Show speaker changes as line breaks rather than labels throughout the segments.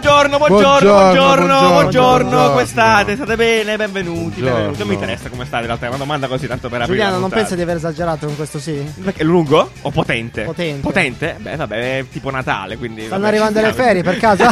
buongiorno,
Buongiorno,
buongiorno,
buongiorno,
buongiorno. Come state?
buongiorno.
State bene? Benvenuti,
Buongiorno.
benvenuti. Non mi interessa come state, in realtà, è una domanda così tanto per aprire.
Giuliano,
la
non
puntata.
pensa di aver esagerato con questo sì?
Perché è lungo o potente?
Potente.
Potente? Beh, vabbè, è tipo Natale, quindi.
Stanno
vabbè,
arrivando
ci
le
siamo.
ferie, per caso?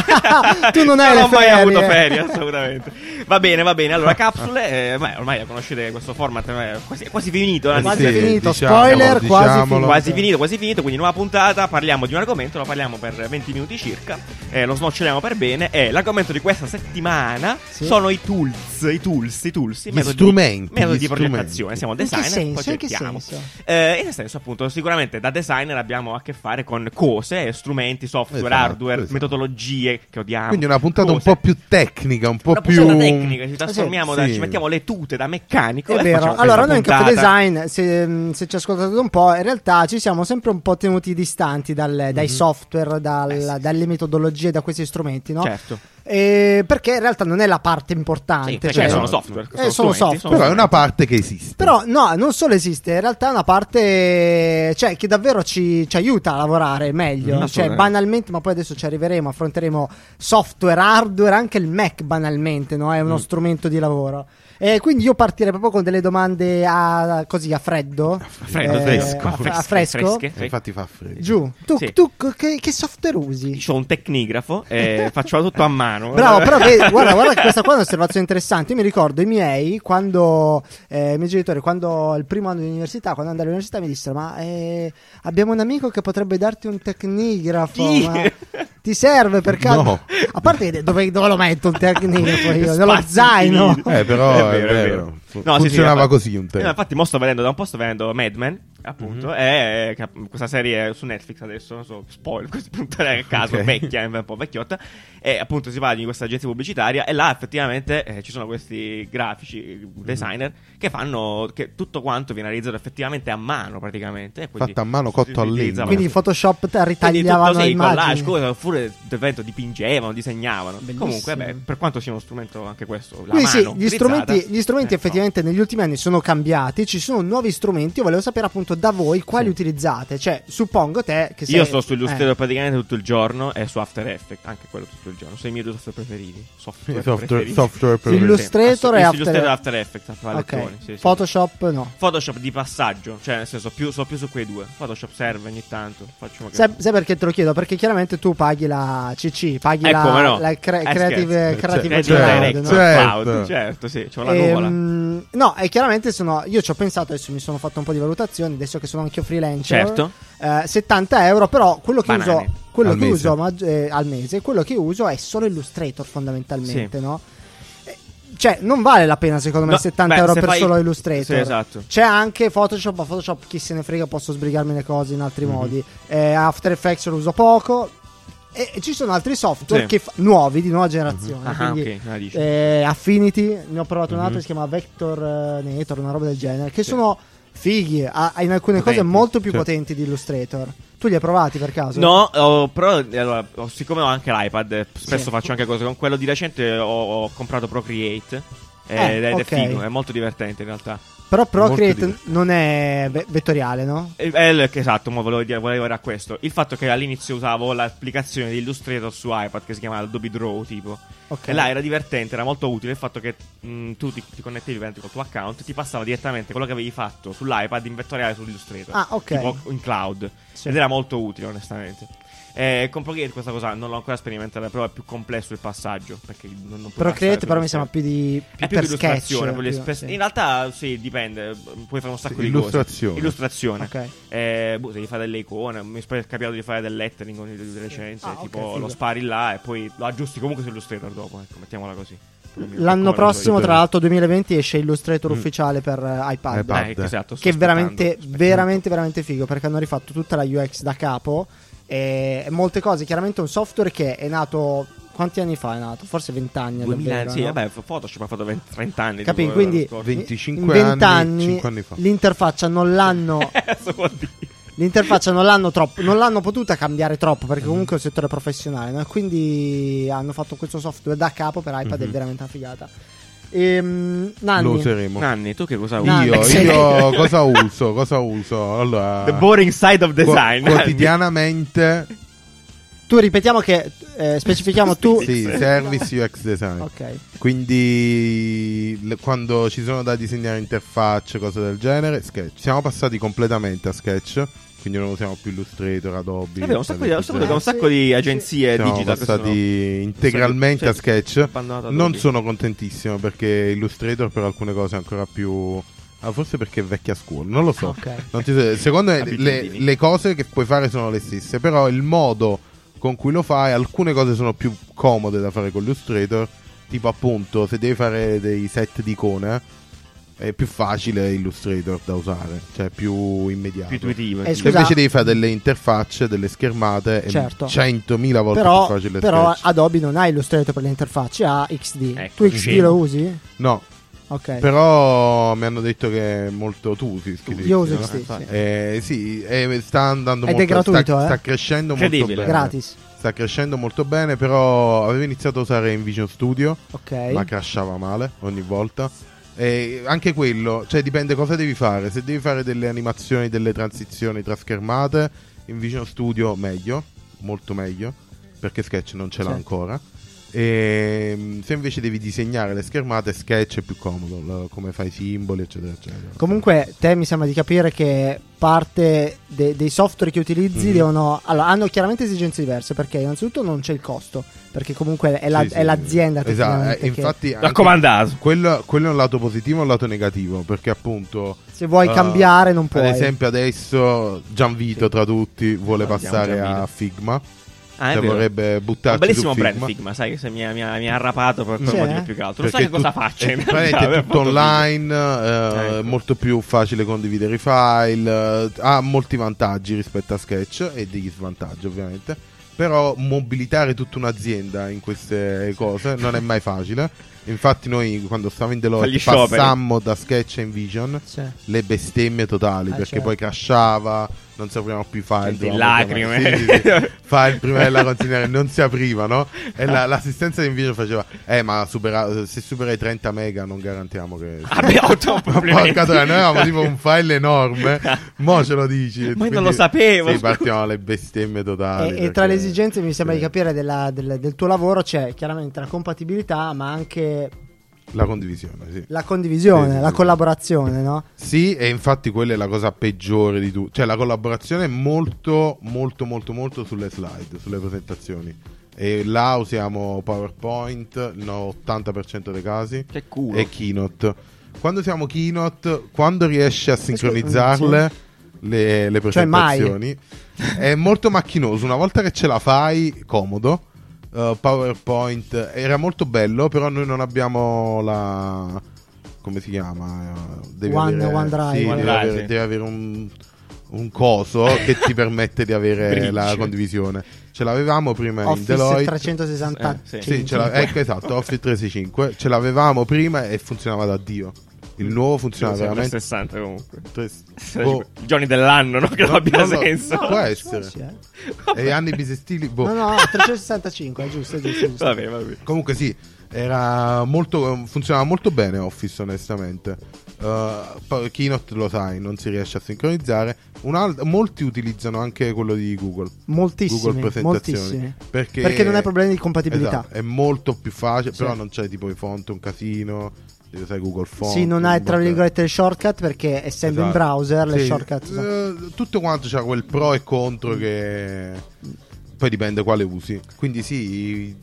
Tu non hai
Io
le
Non ho mai
ferie.
avuto ferie, assolutamente. Va bene, va bene. Allora, capsule, eh, ormai, ormai conoscete questo format, eh, è quasi, è quasi finito. anzi,
Quasi
Sì,
finito,
diciamolo,
spoiler, quasi
diciamolo.
finito.
Quasi finito, quasi finito, quindi nuova puntata, parliamo di un argomento, lo parliamo per 20 minuti circa, eh, lo snoccioliamo per bene e l'argomento di questa settimana
Sì.
sono i tools, i tools, i tools, i
Gli strumenti,
metodi
gli
di progettazione,
strumenti.
siamo
In che
designer,
senso? In che
progettiamo.
senso?
Eh, nel senso appunto, sicuramente da designer abbiamo a che fare con cose, strumenti, software,
Esatto,
hardware,
esatto.
metodologie che odiamo.
Quindi una puntata un
Ah, cose.
po' più tecnica, un po'
Una
più... Eh,
puntata tecnica, ci trasformiamo, da,
sì.
ci mettiamo le tute da meccanico.
È
e
vero.
facciamo questa
Allora, noi in Caffè
puntata.
Design, se, se ci ascoltate un po', in realtà ci siamo sempre un po' tenuti distanti dal- dai software, dal-
Mhm. Eh, sì.
dalle metodologie, da questi strumenti, no?
Certo.
Eh, perché in realtà non è la parte
Sì,
importante.
perché
cioè-
sono software.
sono
strumenti,
software.
Eh, Però è una parte che esiste.
Però no, non solo esiste, in realtà è una parte cioè, che davvero ci, ci aiuta a lavorare meglio.
Mm,
cioè,
assolutamente.
banalmente, ma poi adesso ci arriveremo, affronteremo software, hardware, anche il Mac banalmente, no? è uno
Mm.
strumento di lavoro. E quindi io partirei proprio con delle domande a, così a freddo.
Freddo,
Eh,
fresco.
a- a fresco.
Fresche,
Eh, Infatti fa freddo.
Giù, tu,
Sì.
tu co- che, che software usi?
Io ho un tecnigrafo e faccio tutto a mano.
Bravo, però vedi, guarda, guarda che questa qua è un'osservazione interessante. Io mi ricordo i miei quando eh, i miei genitori, quando il primo anno di università, quando andai all'università, mi dissero: Ma eh, abbiamo un amico che potrebbe darti un tecnigrafo.
Chi?
ma ti serve per caso?
No.
A parte che dove, dove lo metto un tecnigrafo io?
Spazio
Nello zaino.
infinito.
Eh, però
È
è
vero, è
vero.
vero.
Fu-
No, sì, sì,
funzionava
ma-
così
Eh,
un
ma
tempo.
infatti, mo sto vedendo da un po' sto vedendo Mad Men, appunto,
Mm-hmm.
e eh, che- questa serie su Netflix adesso, so, spoiler, questo punto è a caso,
Ok.
vecchia, eh, un po' vecchiotta, e appunto si parla di questa agenzia pubblicitaria e là effettivamente eh, ci sono questi grafici,
Mm-hmm.
designer, che fanno, che tutto quanto viene realizzato effettivamente a mano praticamente. e quindi
Fatto a mano, cotto
si
a legno.
utilizzava-
Quindi in Photoshop te-
quindi tutto
ritagliavano
sì, collage,
immagini.
cosa, oppure davvero dipingevano, disegnavano.
Bellissimo.
Comunque, beh, per quanto sia uno strumento anche questo, la
Quindi
mano
sì, gli
utilizzata,
strumenti, gli strumenti
eh,
effettivamente negli ultimi anni sono cambiati, ci sono nuovi strumenti, io volevo sapere appunto da voi quali
Sì.
utilizzate, cioè suppongo te che sei...
Io sto su Illustrator
eh.
praticamente tutto il giorno e su After Effects, anche quello tutto il giorno. Sono i miei due software preferiti. Software,
Eh, software-
preferiti.
software
Sì,
preferiti.
Illustrator e
assu-
After-
Illustrator e After Effects, a palettoni,
Ok.
sì, sì.
Photoshop no.
Photoshop di passaggio, cioè nel senso più, so più su quei due. Photoshop serve ogni tanto. Faccio una
Sai, sai perché te lo chiedo? Perché chiaramente tu paghi la CC, paghi
Eh,
la,
come no?
la cre-
Eh,
Creative,
scherzo.
creative
Creative
Certo,
Cloud,
Direct,
no?
certo.
Cloud, certo, sì, c'ho la nuvola.
Ehm, no, e chiaramente sono. Io ci ho pensato, adesso mi sono fatto un po' di valutazioni, adesso che sono anch'io freelancer.
Certo.
Eh, 70 euro, però quello che
Banane.
uso, quello
Al
che
mese.
uso maggi- eh, al mese, quello che uso è solo Illustrator fondamentalmente, no? Eh, Cioè, non vale la pena secondo me
No,
70
beh,
euro
se
per
fai-
solo Illustrator.
Sì, esatto.
C'è anche Photoshop, ma Photoshop chi se ne frega, posso sbrigarmi le cose in
Mhm.
altri modi. Eh, After Effects lo uso poco. E e ci sono altri software
Sì.
che fa- nuovi, di nuova generazione.
Ah,
quindi,
ok, me la dici.
eh, Affinity, ne ho provato un altro
Mhm.
che si chiama Vector eh, Nator, una roba del genere, che sono fighi, a- in alcune
Potenti,
cose molto più
sì.
potenti di Illustrator. Tu li hai provati per caso?
No, ho- però allora, ho- siccome ho anche l'iPad, eh, spesso
Sì.
faccio anche cose con quello di recente. Ho, ho comprato Procreate. eh,
Eh,
ed è- ed
ok.
è figo, è molto divertente in realtà.
Però
Molto
Procreate
divertente.
non è ve- vettoriale, no?
Eh, eh, l- che esatto, ma volevo, dire, volevo arrivare a questo. Il fatto che all'inizio usavo l'applicazione di Illustrator su iPad che si chiama Adobe Draw, tipo.
Ok.
E là era divertente, era molto utile il fatto che mh, tu ti, ti connettevi veramente col tuo account, ti passava direttamente quello che avevi fatto sull'iPad in vettoriale su Illustrator.
Ah, ok.
Tipo in cloud.
Sì.
Ed era molto utile, onestamente. Eh, con Procreate questa cosa non l'ho ancora sperimentata, però è più complesso il passaggio. Perché non, non puoi
Procreate
passare
però mi
per-
sembra più di più
è più
per
illustrazione.
sketch,
per le
più-
spes-
sì.
In realtà, sì, dipende. Puoi fare un sacco
Sì,
di
illustrazione.
cose. Illustrazione.
Ok.
Eh, boh, se devi fare delle icone. Mi è capitato di fare del lettering con delle licenze.
Ah, ok,
tipo,
figo.
lo spari là e poi lo aggiusti comunque su Illustrator dopo. Ecco, mettiamola così.
L'anno prossimo,
so io.
tra l'altro 2020, esce Illustrator
Mm.
ufficiale per eh, iPad.
iPad.
Eh, esatto, sto
che è veramente,
aspettando,
veramente, veramente figo perché hanno rifatto tutta la UX da capo e e molte cose. Chiaramente un software che è nato quanti anni fa? È nato forse 20 anni. è
2000,
davvero,
sì,
no?
vabbè, Photoshop ha fatto 20, 30 anni.
Capì?
tipo,
Quindi
l'anno scorso.
25
in 20
anni,
anni,
5 anni fa.
l'interfaccia non l'hanno.
Cosa vuol dire?
L'interfaccia non l'hanno, troppo, non l'hanno potuta cambiare troppo perché comunque è un settore professionale. no? E Quindi hanno fatto questo software da capo per iPad, è
Mhm.
veramente una figata. Ehm,
Lo
Nanni,
useremo.
Nanni, tu che cosa
Nanni.
usi?
Io,
Sì.
io cosa uso? Cosa uso? Allora,
The boring side of design.
Qua- quotidianamente
Tu ripetiamo che eh, specifichiamo tu.
Sì, service UX design.
Ok.
Quindi le- quando ci sono da disegnare interfacce, cose del genere, Sketch. Siamo passati completamente a Sketch, quindi non usiamo più Illustrator, Adobe.
È vero, un
cose
sacco
del
di, ho saputo che
genere.
un sacco di agenzie
Siamo
digital che
passati
sono-
integralmente
sono-
a Sketch.
Eh,
abbandonato da
Non
Adobe.
sono contentissimo perché Illustrator per alcune cose è ancora più... Ah, forse perché è vecchia scuola, non lo so.
Ok.
Non ti so- secondo me le,
Abitudini.
le cose che puoi fare sono le stesse, però il modo con cui lo fai, alcune cose sono più comode da fare con Illustrator, tipo appunto se devi fare dei set di icone è più facile Illustrator da usare, cioè è più immediato.
più intuitive.
Eh,
sì.
Se
scusa,
Cioè, invece devi fare delle interfacce, delle schermate, è
Certo.
100.000 volte
Però,
più facile
però
Sketch.
Adobe non ha Illustrator per le interfacce, ha XD.
Ecco,
tu XD
scemo.
lo usi?
No,
Ok.
però mi hanno detto che è molto tu usi Schizzi,
Io uso
no?
XD.
Infatti.
sì.
Eh, sì, eh, sta andando
Ed è
molto
gratuito,
sta,
eh?
sta crescendo molto
Incredibile.
bene.
Gratis.
Sta crescendo molto bene, però avevo iniziato a usare InVision Studio,
Ok.
ma crashava male ogni volta. E anche quello, cioè dipende cosa devi fare. Se devi fare delle animazioni, delle transizioni tra schermate, InVision Studio meglio, molto meglio, perché Sketch non ce l'ha
Certo.
ancora. E se invece devi disegnare le schermate, Sketch è più comodo, la- come fai i simboli, eccetera, eccetera.
Comunque, te mi sembra di capire che parte de- dei software che utilizzi
Mhm.
devono, allora, hanno chiaramente esigenze diverse perché innanzitutto non c'è il costo, perché comunque è, la-
Sì, sì.
è l'azienda
Esatto,
tecnicamente
eh, infatti anche-
Raccomandato.
Quello, quello è un lato positivo e un lato negativo, perché appunto
che se vuoi
Uh,
cambiare non puoi.
Ad esempio, adesso Gianvito
Sì.
tra tutti vuole
Salutiamo
passare
Gianvito.
a Figma.
Ah, è
cioè
vero.
vorrebbe
un
buttarci su
bellissimo
Figma.
brand Figma, sai che se mi ha, mi ha- mi ha arrapato per quel
Sì,
motivo
eh?
più che altro. Non so
Perché
che cosa eh, cioè,
tu-
faccia.
è-
in
praticamente
realtà,
è
per
tutto
quanto
online, eh,
Ecco.
molto più facile condividere i file, eh, ha molti vantaggi rispetto a Sketch e degli svantaggi ovviamente. Però mobilitare tutta un'azienda in queste cose non è mai facile. Infatti noi quando stavamo in
Fagli
Deloitte
scioperi.
passammo da Sketch a Invision
Sì.
le bestemmie totali
Eh,
perché
certo.
poi crashava, non si aprivano più i file.
Senti,
dovevamo
lacrime.
chiamare- sì, sì, sì. File prima della consegna che non si aprivano e
Ah.
la- l'assistenza di invito faceva eh ma supera- se supera i 30 mega non garantiamo che...
Ah,
Abbiamo ottenuto
Ma porca troia, noi avevamo tipo un file enorme, mo ce lo dici.
Ma io
Quindi-
non lo sapevo.
Sì,
scusa.
partiamo alle bestemmie
E,
totali.
e tra le
perché-
esigenze mi sembra
sì.
di capire della- del, del tuo lavoro c'è chiaramente la compatibilità, ma anche
La condivisione, sì.
la condivisione,
Sì, sì,
la
sì.
collaborazione, no?
Sì, e infatti quella è la cosa peggiore di tutto. Cioè, la collaborazione è molto, molto, molto, molto sulle slide, sulle presentazioni. E là usiamo PowerPoint, il 80% dei casi,
Che culo.
e Keynote. Quando usiamo Keynote, quando riesci a sincronizzarle le, le
Cioè, mai.
presentazioni, è molto macchinoso. Una volta che ce la fai, comodo. Uh, PowerPoint era molto bello, però noi non abbiamo la. Come si chiama? Eh, Devi
One-
avere,
OneDrive.
sì, devi
OneDrive,
avere,
sì.
devi avere un, un coso che ti permette di avere la
Bridge.
condivisione. Ce l'avevamo prima in
Office
Deloitte.
360.
Eh, sì.
Sì, ce l'ha- ecco esatto, Office 365. Ce l'avevamo prima e funzionava da Dio. Il nuovo funziona
Siamo
veramente.
60 comunque.
Tre- boh,
I giorni dell'anno, no? Che non
No,
abbia
non lo-
senso.
no. può essere.
sì, eh.
E anni bisestili. Boh.
No, no, 365, è giusto, è giusto. è giusto.
Vabbè, vabbè.
Comunque sì, era molto, eh, funzionava molto bene Office onestamente. Uh, poi Keynote lo sai, non si riesce a sincronizzare. Un alt- molti utilizzano anche quello di Google.
Moltissimi,
Google presentazioni.
moltissimi.
Perché,
Perché non hai problemi di compatibilità.
Esatto, è molto più facile,
Sì.
però non c'è tipo i font, un casino. Devi usare Google Font.
Sì, non hai tra
un botto-
virgolette le shortcut perché essendo in
Esatto.
browser le
Sì,
shortcut sono-
eh, tutto quanto c'ha quel pro e contro che poi dipende quale usi. Quindi sì,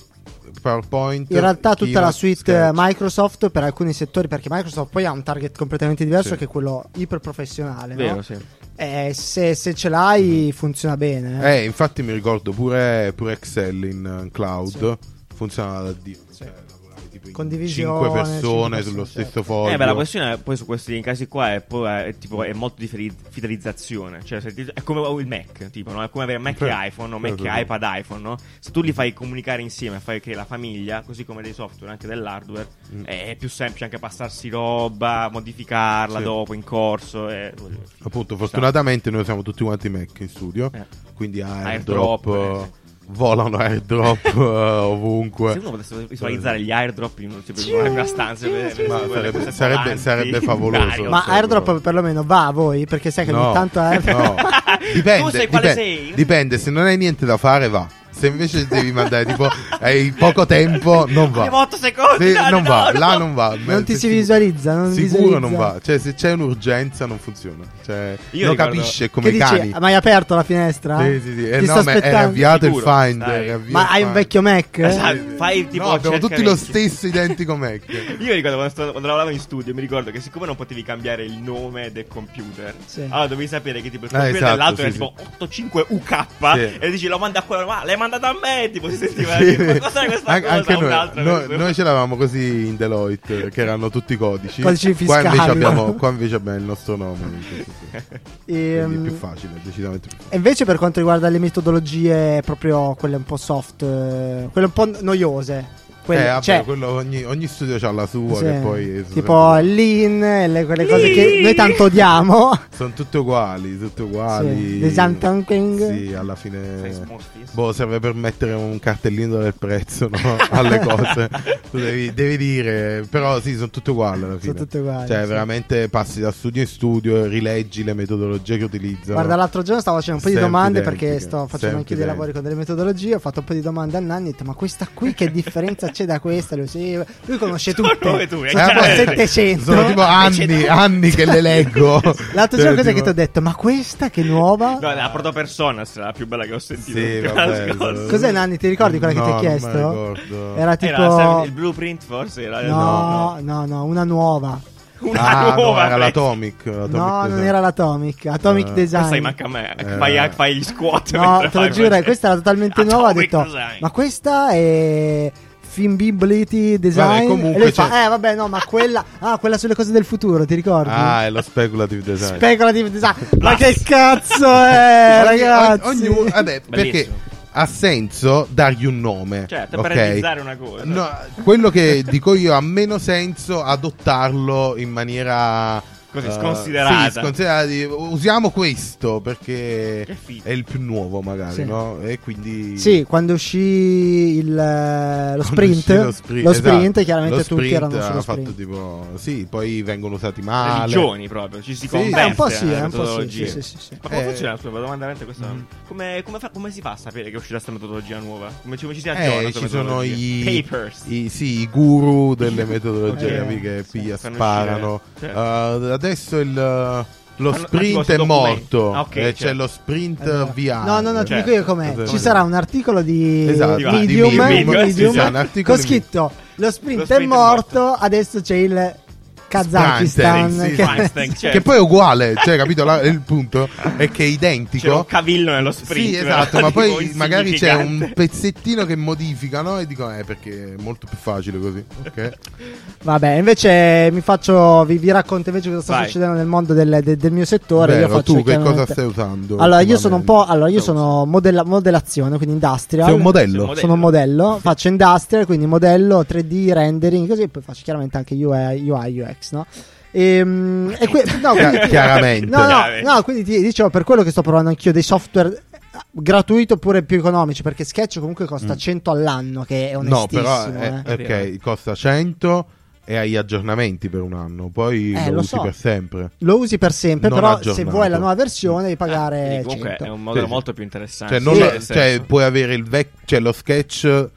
PowerPoint.
In realtà tutta la
Keynote,
suite eh,
Eh, Sketch.
Microsoft per alcuni settori, perché Microsoft poi ha un target completamente diverso
Sì.
che è quello iperprofessionale, no?
Vero, sì.
Eh, se, se ce l'hai funziona bene.
Mm. Eh, infatti mi ricordo pure, pure Excel in eh, cloud funzionava da Dio. Cioè, lavoravi tipo in
Condivisione,
cinque
cinque
persone
persone,
sullo
certo.
stesso foglio.
Eh, beh, la questione poi su questi casi qua è, poi, è tipo, è molto di fideli- fidelizzazione. Cioè, se ti- è come il Mac, tipo, no? È come avere Mac e
Certo.
iPhone, o Mac
Certo,
e
certo.
iPad iPhone, no? Se tu li fai comunicare insieme, fai che la famiglia, così come dei software, anche dell'hardware,
Mm.
è più semplice anche passarsi roba, modificarla
Sì.
dopo in corso. E... voglio dire,
Appunto, fortunatamente noi siamo tutti quanti Mac in studio,
Eh.
quindi airdrop,
Airdrop, eh,
volano airdrop eh, ovunque.
Se uno potesse visualizzare gli airdrop in, tipo, in una stanza, eh, per- per-
Ma
per-
sarebbe-
queste
sarebbe-
volanti,
sarebbe favoloso.
Mario.
Ma
so,
airdrop
però.
perlomeno va a voi, perché sai che
No,
ogni tanto airdrop...
no. Dipende,
Tu sai quale
dipende-
sei?
dipende, se non hai niente da fare va. Se invece devi mandare tipo hai poco tempo, non va.
Abbiamo 8 secondi.
Se-
dai,
non
no,
va,
no.
là non va.
Non ti
Se
si visualizza, non
Sicuro
visualizza.
non va. Cioè, se c'è un'urgenza non funziona. Cioè,
Io
lo
ricordo-
capisce è come
Che
i
dici?
cani.
Ma hai aperto la finestra?
Sì, sì, sì. Eh,
Ti
no,
sto
ma era
aspettando.
avviato eh. il
Sicuro,
finder.
dai.
era avviato
Ma
il
hai un
Finder.
vecchio Mac?
Esatto, fai tipo
No, abbiamo tutti
cercarecchi.
lo stesso identico Mac.
Io ricordo quando, sto- quando lavoravo in studio, mi ricordo che siccome non potevi cambiare il nome del computer,
Sì.
allora dovevi sapere che tipo il
Eh,
computer
esatto,
dell'altro
sì,
era
sì.
tipo 85UK
Sì.
e dici lo manda a quello, ma l'hai mandato a me, tipo si sentiva
Sì.
dire, ma cos'è questa
An-
cosa,
anche noi,
un'altra
noi-
cosa.
noi ce l'avevamo così in Deloitte, che erano tutti i codici.
Codici
Qua invece,
fiscali.
abbiamo, qua invece abbiamo il nostro nome. Sì, sì, sì. Quindi è
Ehm,
più facile, decisamente più facile.
E invece per quanto riguarda le metodologie proprio quelle un po' soft, eh, quelle un po' noiose. Quelle,
eh, vabbè,
cioè,
quello ogni, ogni studio ha la sua,
sì,
che poi eh. sono
tipo
sempre-
lean, e le- quelle cose
Lean!
che noi tanto odiamo.
sono tutte uguali, tutte uguali.
Sì, design thinking.
Sì, alla
Sei
fine.
smorfis.
Boh, serve per mettere un cartellino del prezzo no? alle cose. tu devi, devi dire, però sì, sono tutte uguali alla fine.
Sono tutte uguali.
Cioè,
sì.
veramente passi da studio in studio e rileggi le metodologie che utilizzano.
Guarda, l'altro giorno stavo facendo un po' di
Sempre
domande
identiche,
perché sto facendo
sempre
anche dei lavori con delle metodologie. Ho fatto un po' di domande a Nanni, ho detto, ma questa qui che differenza c'è da questa? Lui, sì, lui conosce
Sono
tutte.
nuove tue,
Sono tipo
chiaramente.
700.
Sono tipo anni, anni che le leggo.
L'altro giorno
Cioè,
cosa
tipo-
che ti ho detto, ma questa che nuova?
No, la proto persona sarà la più bella che ho sentito.
Sì,
la
vabbè,
scorsa.
lo-
Cos'è Nanni? Ti ricordi quella che ti ho
No, non me la
chiesto?
ricordo.
Era tipo...
Era sempre il blueprint forse? Era
No, no, no, una nuova.
Una
Ah,
nuova.
no, era
penso.
l'Atomic. l'Atomic
no, non
Design.
era l'Atomic. Atomic
Eh.
Design.
Questa manca a me.
Eh.
Fai, fai gli squat.
No,
mentre
te lo
fai Ah,
giuro,
queste-
questa era totalmente nuova. Ho
Atomic
detto,
design.
ma questa è Finbibility Design.
Vabbè, comunque
e lui
c'è-
fa, eh, vabbè, no, ma quella, ah, quella sulle cose del futuro, ti ricordi?
Ah, è lo speculative design.
Speculative Design. ma che cazzo è,
Ogni-
Eh, ragazzi?
ogni- ognuno- vabbè, perché
Bellissimo.
ha senso dargli un nome.
Certo,
ok?
per realizzare una cosa.
No, quello che dico io ha meno senso adottarlo in maniera
Così,
eh,
sconsiderata.
sì, sconsiderata di- usiamo questo perché
Che figo.
è il più nuovo, magari,
Sì.
no? E quindi
Sì, quando uscì il, eh, lo,
Quando
sprint,
uscì
lo sprint,
esatto,
chiaramente
lo
tutti
sprint
erano
ha
sullo
fatto
sprint.
tipo sì, poi vengono usati male.
religioni proprio, ci si
Ah, Sì, eh,
converte.
Eh, un po' sì,
nella
eh, un po' sì,
metodologia.
sì, sì, sì, sì.
Ma come
Eh. Mm.
funziona? Scusa, domanda veramente questa. Come, come fa- come si fa a sapere che uscirà questa metodologia nuova? Come, ci- come ci si aggiorna?
Eh,
sulla
ci sono
metodologia?
i,
papers.
i- sì, i guru delle metodologie
Eh,
capi, che
sì,
piglia,
fanno certo.
sparano.
uscire,
Uh, adesso il, uh, lo
Fanno- tipo,
sprint
sto
è
documento.
morto.
Ah, ok,
Eh,
certo.
C'è lo sprint
Allora.
via.
No, no, no, ti
Cioè,
dico io com'è.
esatto.
Ci sarà un articolo di
Esatto,
di
Medium,
Medium,
Medium,
sì, sì,
un
con
articolo di-
scritto lo sprint,
Lo sprint
è
è
morto, adesso c'è il Kazakistan.
Sprint, sì,
che-
Weinstein, certo.
Che poi è uguale, cioè, capito? La- il punto è che è
c'è un
identico.
cavillo nello sprint.
Sì, esatto, ma
tipo
poi magari c'è un
insignificante.
pezzettino che modificano e dicono, eh, perché è molto più facile così. Ok.
Vabbè, invece mi faccio, vi, vi racconto invece cosa sta
Vai.
succedendo nel mondo del, de- del mio settore.
Vero,
io faccio
tu che cosa
chiaramente-
stai usando?
Allora, io sono un po'.
ultimamente?
Allora, io
Stai
sono modella- modellazione, quindi industrial.
Sei un modello?
Sei
Sono un modello, faccio industrial, quindi modello 3D rendering, così e poi faccio chiaramente anche UI, UI, UX, no? Ehm, E, que- no,
Chia-
quindi-
chiaramente.
No, no,
Chiaramente.
no, quindi ti- dicevo per quello che sto provando anch'io dei software gratuiti oppure più economici, perché Sketch comunque costa 100 all'anno, che è
Mm. No,
onestissimo.
però eh,
eh.
ok, costa 100 e hai aggiornamenti per un anno, poi
Eh,
lo,
lo
usi
so.
per sempre.
Lo usi per sempre,
Non
però se
aggiornato.
vuoi la nuova versione devi
Eh, Ah, Quindi
pagare
comunque
100.
è un modello
Sì, sì.
molto più
Eh,
interessante.
Cioè, non
Sì,
lo-
nel
cioè,
senso.
puoi avere il vecchio, cioè lo sketch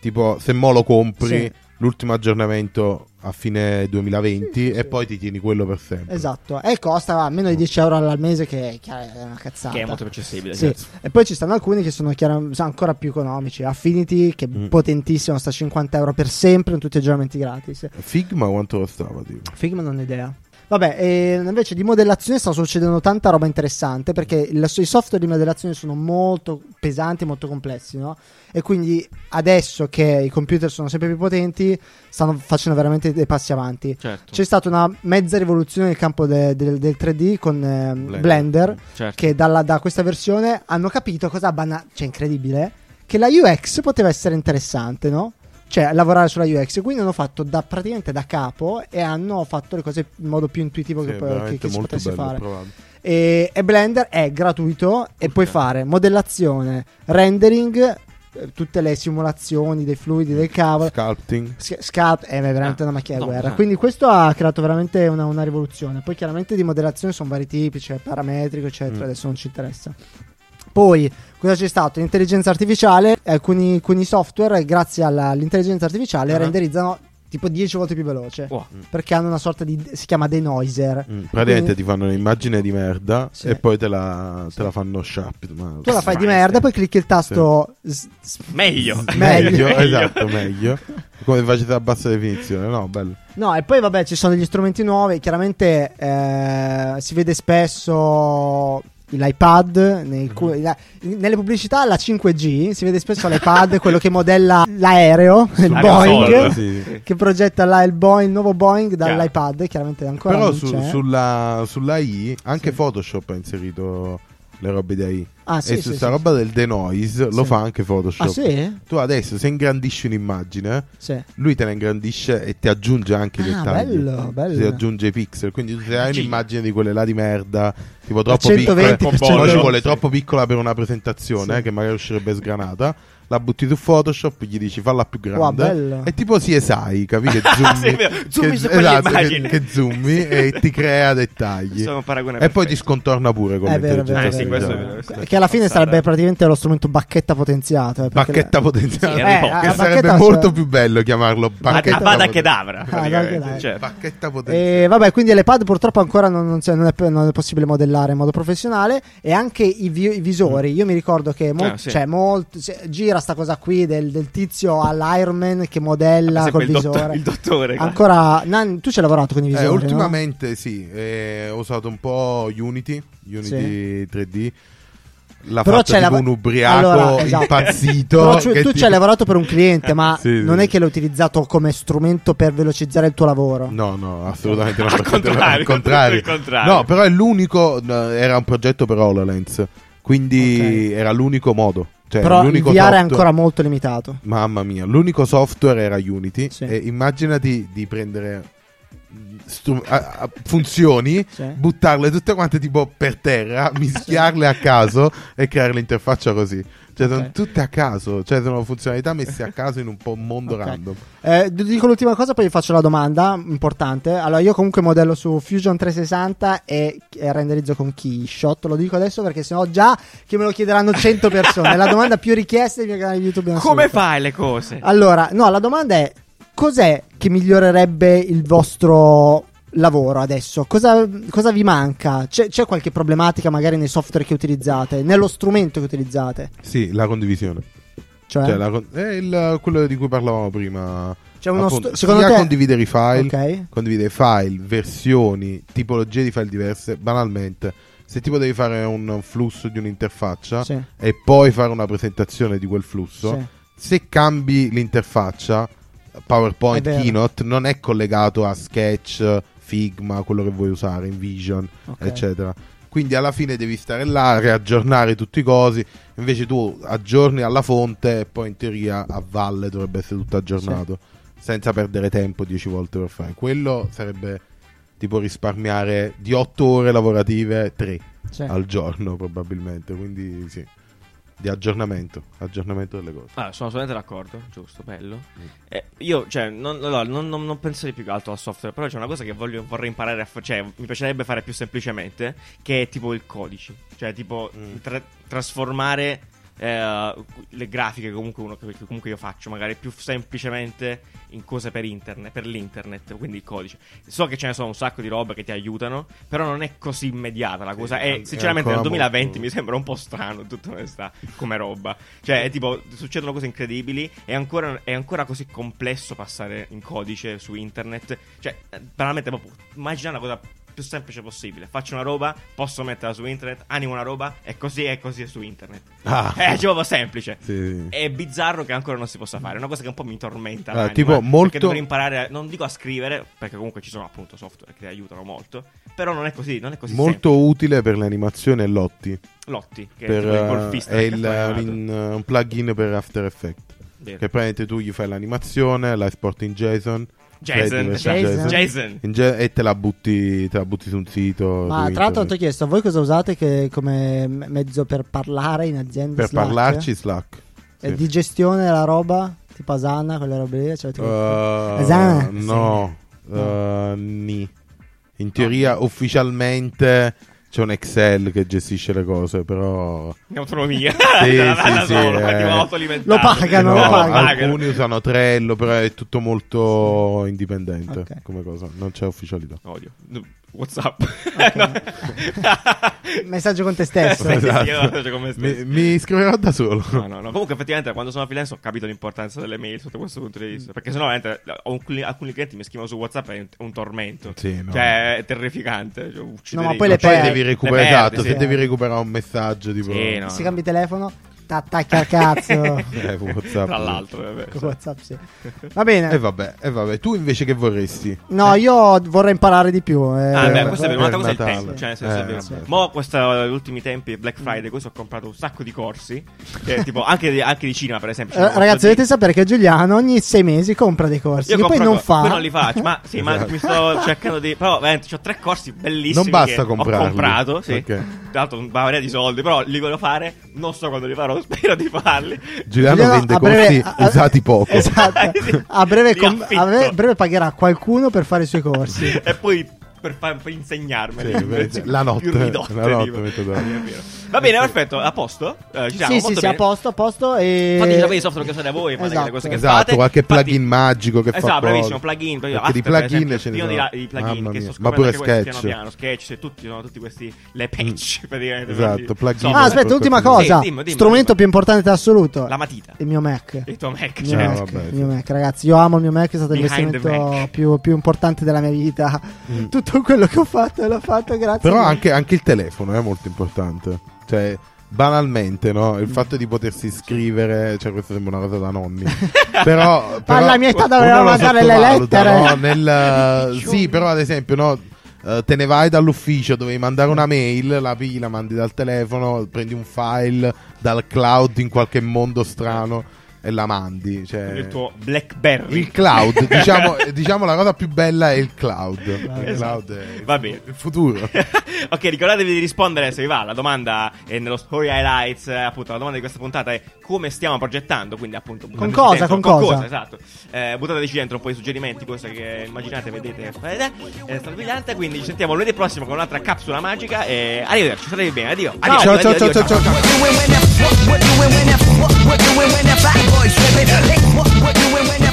tipo se mo lo compri
Sì.
l'ultimo aggiornamento a fine 2020
Sì, sì,
e
sì.
poi ti tieni quello per sempre.
Esatto, e costa meno di 10 euro al mese, che chiaro, è una cazzata.
che è molto più accessibile.
Sì.
certo.
E poi ci stanno alcuni che sono chiaro- sono ancora più economici. Affinity, che è
Mm.
potentissimo, sta a 50 euro per sempre, in tutti i aggiornamenti gratis.
Figma quanto costava? Tipo?
Figma non ho idea. Vabbè, e invece di modellazione sta succedendo tanta roba interessante perché il- i software di modellazione sono molto pesanti, molto complessi, no? E quindi adesso che i computer sono sempre più potenti, stanno facendo veramente dei passi avanti.
Certo.
C'è stata una mezza rivoluzione nel campo de- del- del 3D con ehm,
Blender.
Blender
certo.
che dalla- da questa versione hanno capito cosa banale, cioè incredibile, che la UX poteva essere interessante, no? Cioè lavorare sulla UX, quindi hanno fatto da, praticamente da capo e hanno fatto le cose in modo più intuitivo
Sì,
che,
è
poi- che- che,
veramente
si
molto
potesse
bello
fare.
provare.
E, e Blender è gratuito e
Ok.
puoi fare modellazione, rendering, eh, tutte le simulazioni dei fluidi, del cavolo.
Sculpting.
Sc- Scat è veramente
Ah,
una macchina da
no,
guerra.
no.
Quindi questo ha creato veramente una, una rivoluzione. Poi chiaramente di modellazione sono vari tipi, c'è parametrico, eccetera.
Mm.
Adesso non ci interessa. Poi cosa c'è stato? Intelligenza artificiale, alcuni, alcuni software grazie alla- all'intelligenza artificiale
Ah. Oh.
renderizzano tipo 10 volte più veloce.
Wow.
Perché hanno una sorta di... si chiama denoiser.
Mm, praticamente
Quindi-
ti fanno un'immagine di merda
Sì.
e poi te la, te la fanno sharp. ma-
Tu la fai di
Smile,
merda,
sì.
poi clicchi il tasto... s- s-
Meglio.
meglio, esatto, meglio. Come facete a bassa definizione, no? Bello.
No, e poi vabbè ci sono degli strumenti nuovi, chiaramente eh, si vede spesso l'iPad, nei cu-
Mm-hmm.
la- nelle pubblicità la 5G, si vede spesso l'iPad, quello che modella l'aereo, il
Sul
Boeing,
Aerosol.
Sì, sì.
che progetta là il, Boeing, il nuovo Boeing
Chiaro.
dall'iPad, chiaramente ancora
Però
non
su-
c'è.
sulla, sulla I anche
Sì.
Photoshop ha inserito le robe di AI.
Ah sì,
e
sì,
su
sì,
sta
sì.
roba del denoise lo
Sì.
fa anche Photoshop.
Ah sì?
Tu adesso se ingrandisci un'immagine,
Sì.
lui te la ingrandisce e ti aggiunge anche i
Ah,
dettagli.
bello, bello.
Ti aggiunge i pixel. Quindi tu se hai
Sì.
un'immagine di quelle là di merda, tipo troppo
120
piccola,
Troppo bollo.
per
poi ci
Bollo.
vuole
Sì.
troppo piccola per una presentazione
Sì.
eh, che magari uscirebbe sgranata. La butti su Photoshop, gli dici falla più
Wow,
grande.
bello.
È tipo CSI, capi che
Sì, è
zoomi,
vero. Zoomi
che,
su quelle
esatto, che-
immagini.
che zoomi e ti crea dettagli.
Sono un paragone
e poi ti
perfetto.
scontorna pure con
Eh, È vero, è vero,
l'intelligenza
è vero,
questo
è
è
artificiale.
vero, questo
vero. Che alla fine
Passata.
sarebbe praticamente lo strumento bacchetta potenziato. eh, perché-
Bacchetta
Sì,
potenziale.
era
Eh,
un po'.
la
che
bacchetta,
sarebbe
cioè-
molto più bello chiamarlo bacchetta
Avada
potenziale.
Kedavra. praticamente,
Kedavra.
cioè.
Bacchetta potenziale.
E Eh, vabbè, quindi le pad purtroppo ancora non, non c'è- non è, non è possibile modellare in modo professionale e anche i, vi- i visori. Io mi ricordo che mol-
Mm. Ah, sì.
cioè, molto- se- gira sta cosa qui del, del tizio all'Iron Man che modella
Sempre il,
col
Ah, dottor-
visore.
il dottore.
Ah,
qua.
ancora, Nan, tu ci hai lavorato con i
Eh,
visori? no?
ultimamente sì, eh, ho usato un po' Unity, Unity 3D. L'ha
Però
fatto
c'è
tipo
la-
un ubriaco
Allora, esatto.
impazzito.
Però ci-
che
tu
ti-
ci hai lavorato per un cliente, ma
Sì, sì.
non è che l'hai utilizzato come strumento per velocizzare il tuo lavoro.
No, no, assolutamente no.
Al
perché te lo-
contrario,
al contrario.
tutto il contrario.
No, però è l'unico. no, Era un progetto per HoloLens. Quindi era l'unico modo. Cioè,
Però il
l'unico
VR è
software-
ancora molto limitato.
Mamma mia, l'unico software era Unity.
Sì.
E immaginati di prendere mm, stru- a- a- funzioni,
Sì.
buttarle tutte quante tipo per terra, mischiarle a caso e creare l'interfaccia così. Cioè, sono
Ok.
tutte a caso. Cioè, sono funzionalità messe a caso in un po' un mondo
Ok.
random.
Eh, d- dico l'ultima cosa, poi vi faccio la domanda importante. Allora, io comunque modello su Fusion 360 e, e renderizzo con Keyshot. Lo dico adesso perché sennò già che me lo chiederanno 100 persone. è la domanda più richiesta del mio canale YouTube. in
Come
assoluto.
fai le cose?
Allora, no, la domanda è: cos'è che migliorerebbe il vostro lavoro adesso? Cosa, cosa vi manca? C'è, c'è qualche problematica magari nei software che utilizzate, nello strumento che utilizzate?
Sì, la condivisione.
Cioè,
Cioè, la con- è il- quello di cui parlavamo prima.
c'è uno
Appunto,
stu- secondo
sia
te
condividere i file,
Ok.
condividere file, versioni, tipologie di file diverse. Banalmente, se tipo devi fare un flusso di un'interfaccia
Sì,
e poi fare una presentazione di quel flusso,
sì.
se cambi l'interfaccia,
È
PowerPoint,
vero.
Keynote non è collegato a Sketch, Figma, quello che vuoi usare, InVision,
ok.
eccetera. Quindi alla fine devi stare là, riaggiornare tutti i cosi. Invece tu aggiorni alla fonte e poi in teoria a valle dovrebbe essere tutto aggiornato. Senza perdere tempo 10 volte per fare. Quello sarebbe tipo risparmiare di 8 ore lavorative 3
Sì.
Eh.
al giorno probabilmente. Quindi sì. Di aggiornamento. Aggiornamento delle cose.
Ah, sono assolutamente d'accordo, giusto, bello. Eh, io, cioè, non, allora, non, non- non penserei più che altro al software, però c'è una cosa che voglio- vorrei imparare a fare, cioè, mi piacerebbe fare più semplicemente, che è tipo il codice, cioè tipo
Mm.
tra- trasformare eh, le grafiche che comunque, uno, che comunque io faccio, magari più semplicemente in cose per internet, per l'internet, quindi il codice. So che ce ne sono un sacco di robe che ti aiutano, però non è così immediata la
Sì,
cosa,
è-
e
è
sinceramente nel
ancora
2020
molto-
mi sembra un po' strano, in tutta onestà, come roba. Cioè, è tipo, succedono cose incredibili. È ancora, è ancora così complesso passare in codice su internet. Cioè, eh, veramente, proprio, immagina la cosa più semplice possibile. Faccio una roba, posso metterla su internet, animo una roba, e così e così è su internet.
Ah.
È cioè, proprio semplice.
Sì, sì.
È bizzarro che ancora non si possa fare. È una cosa che un po' mi tormenta.
Ah,
l'anima,
tipo,
Perché
molto-
dovrei imparare, a- non dico a scrivere, perché comunque ci sono appunto software che aiutano molto. Però non è così, non è così
Molto utile per le animazioni e lotti.
semplice. Lotti, che
per,
è tipo il
eh,
golfista.
è
che
il,
fu allenato.
in- un plugin per After Effects.
Vero.
Che praticamente tu gli fai l'animazione, la esporti in JSON, cioè
Jason,
Freddy,
Jason,
Jason.
Jason.
in ge- e te la, butti, te la butti su un sito.
Ma
su
tra l'altro
internet.
ti ho chiesto, voi cosa usate che- come me- mezzo per parlare in azienda?
per
Slack? eh?
parlarci Slack.
E
sì. Eh,
di gestione della roba? Tipo Asana, quelle robe lì? Cioè, tipo-
Eh,
Esame?
no, eh, ni. In teoria ufficialmente C'è un Excel che gestisce le cose, però...
In autonomia.
Sì,
La- la-
sì,
la
sì,
sola,
eh.
continuano a autoalimentarsi.
Lo pagano,
No,
lo pagano.
alcuni usano Trello, però è tutto molto indipendente
Ok.
come cosa, non c'è ufficialità.
Odio. No, Whatsapp.
Messaggio con te stesso.
Sì, sì,
Esatto.
io lo faccio con me stesso.
Mi, mi iscriverò da solo.
No, no, no. Comunque, effettivamente, quando sono a freelance ho capito l'importanza delle mail sotto questo punto di
Mm.
vista. Perché sennò, veramente, ho un cli- alcuni clienti mi scrivono su WhatsApp è un, è un tormento.
Sì, no.
Cioè, è terrificante. Cioè, ucciderei.
No, ma poi le
Ma poi
per-
devi
le
recuperare,
perdi,
esatto,
sì.
se devi recuperare un messaggio tipo...
Sì, no.
Si cambi telefono, t'attacchi al cazzo.
Eh, WhatsApp.
Tra l'altro, vabbè,
Con
sì.
WhatsApp, sì. Va bene.
E Eh, vabbè, e vabbè, tu invece che vorresti?
No, io vorrei imparare di più. eh.
Ah, beh,
Eh,
questo è
per
vero. Un'altra cosa è il
Natale.
tempo. Cioè, nel senso,
Eh,
è vero.
vabbè.
Mo, questa- gli ultimi tempi, Black
Mm.
Friday, così ho comprato un sacco di corsi. che, tipo, anche, anche di cinema, per esempio.
Eh, ragazzi, dovete sapere che Giuliano ogni sei mesi compra dei corsi
Io
che poi
compro
non
co-
fa.
Poi non li faccio, ma sì, ma
Esatto.
mi sto cercando di. Però, veramente, ho tre corsi bellissimi.
Non basta
che
comprarli.
Ho comprato, sì.
Ok.
Tra l'altro, una marea di soldi, però li voglio fare. Non so quando li farò, spero di farli.
Giuliano,
Giuliano,
vende
a breve-
corsi
a-
usati poco.
Esatto. A breve,
Li
com-
affitto.
a breve- breve pagherà qualcuno per fare i suoi corsi.
e poi per, fa- per insegnarmeli
Sì, vedi, la notte,
più ridotte,
la notte
tipo.
metto da-
Sì, è vero. va bene perfetto a posto Eh, ci siamo
sì,
molto
sì, sì,
bene.
a posto, a posto. E...
Fateci sapere i
Ah,
software che usate voi, fate
Esatto.
le cose che
Esatto,
fate.
qualche
Infatti-
plugin magico che fa
Esatto, bravissimo,
cose.
plugin.
Perché
After,
di
per
plugin
esempio,
ce ne
pieno di,
sono.
la- di plugin
Mamma
che
mia.
sto
Ma
scoprendo
pure
anche questi
Sketch. Mm.
piano piano, sketch, e tutti, sono tutti questi, le patch praticamente.
Esatto,
quindi-
plugin.
Insomma,
Ah, aspetta,
Sì,
ultima
sì,
cosa.
dimmi, dimmi,
Strumento
dimmi.
più importante assoluto.
La matita,
Il mio Mac.
il tuo Mac,
Il
cioè,
mio,
Cioè,
Mac,
vabbè,
il
sì.
mio Mac, ragazzi, io amo il mio Mac, è stato
Behind the
l'investimento
Mac.
più, più importante della mia vita.
Mm.
Tutto quello che ho fatto l'ho fatto grazie.
Però
a lui.
anche, anche il telefono è molto importante. Cioè, banalmente, no?
Mm.
Il fatto di potersi iscrivere, cioè, questo sembra una cosa da nonni. però, però
Ma alla mia età
uno
doveva
lo
mandare le
sottovaluta,
lettere.
no? Nel- eh, sì, però ad esempio, no? Eh, Te ne vai dall'ufficio, dovevi mandare una mail, la pila la mandi dal telefono, prendi un file dal cloud in qualche mondo strano e la mandi. Cioè,
il tuo Blackberry.
il cloud, diciamo, diciamo la cosa più bella è il cloud. Il
Esatto.
cloud è
Va bene.
il futuro.
ok, ricordatevi di rispondere se vi va. La domanda è nello story highlights. eh, Appunto, la domanda di questa puntata è come stiamo progettando. Quindi, appunto,
Con
buttateci
cosa,
dentro-
con cosa?
esatto. Eh, buttateci dentro un po' i suggerimenti, cose che immaginate, vedete. eh, È stata brillante. Quindi, ci sentiamo lunedì prossimo con un'altra capsula magica. E arrivederci, statevi bene. Addio. Addio,
ciao,
addio,
ciao,
addio,
ciao, ciao, ciao.
What doing when that? What, what doing when that? What, what doing when that? Bad boy slipping. Lick, What, what doing when that?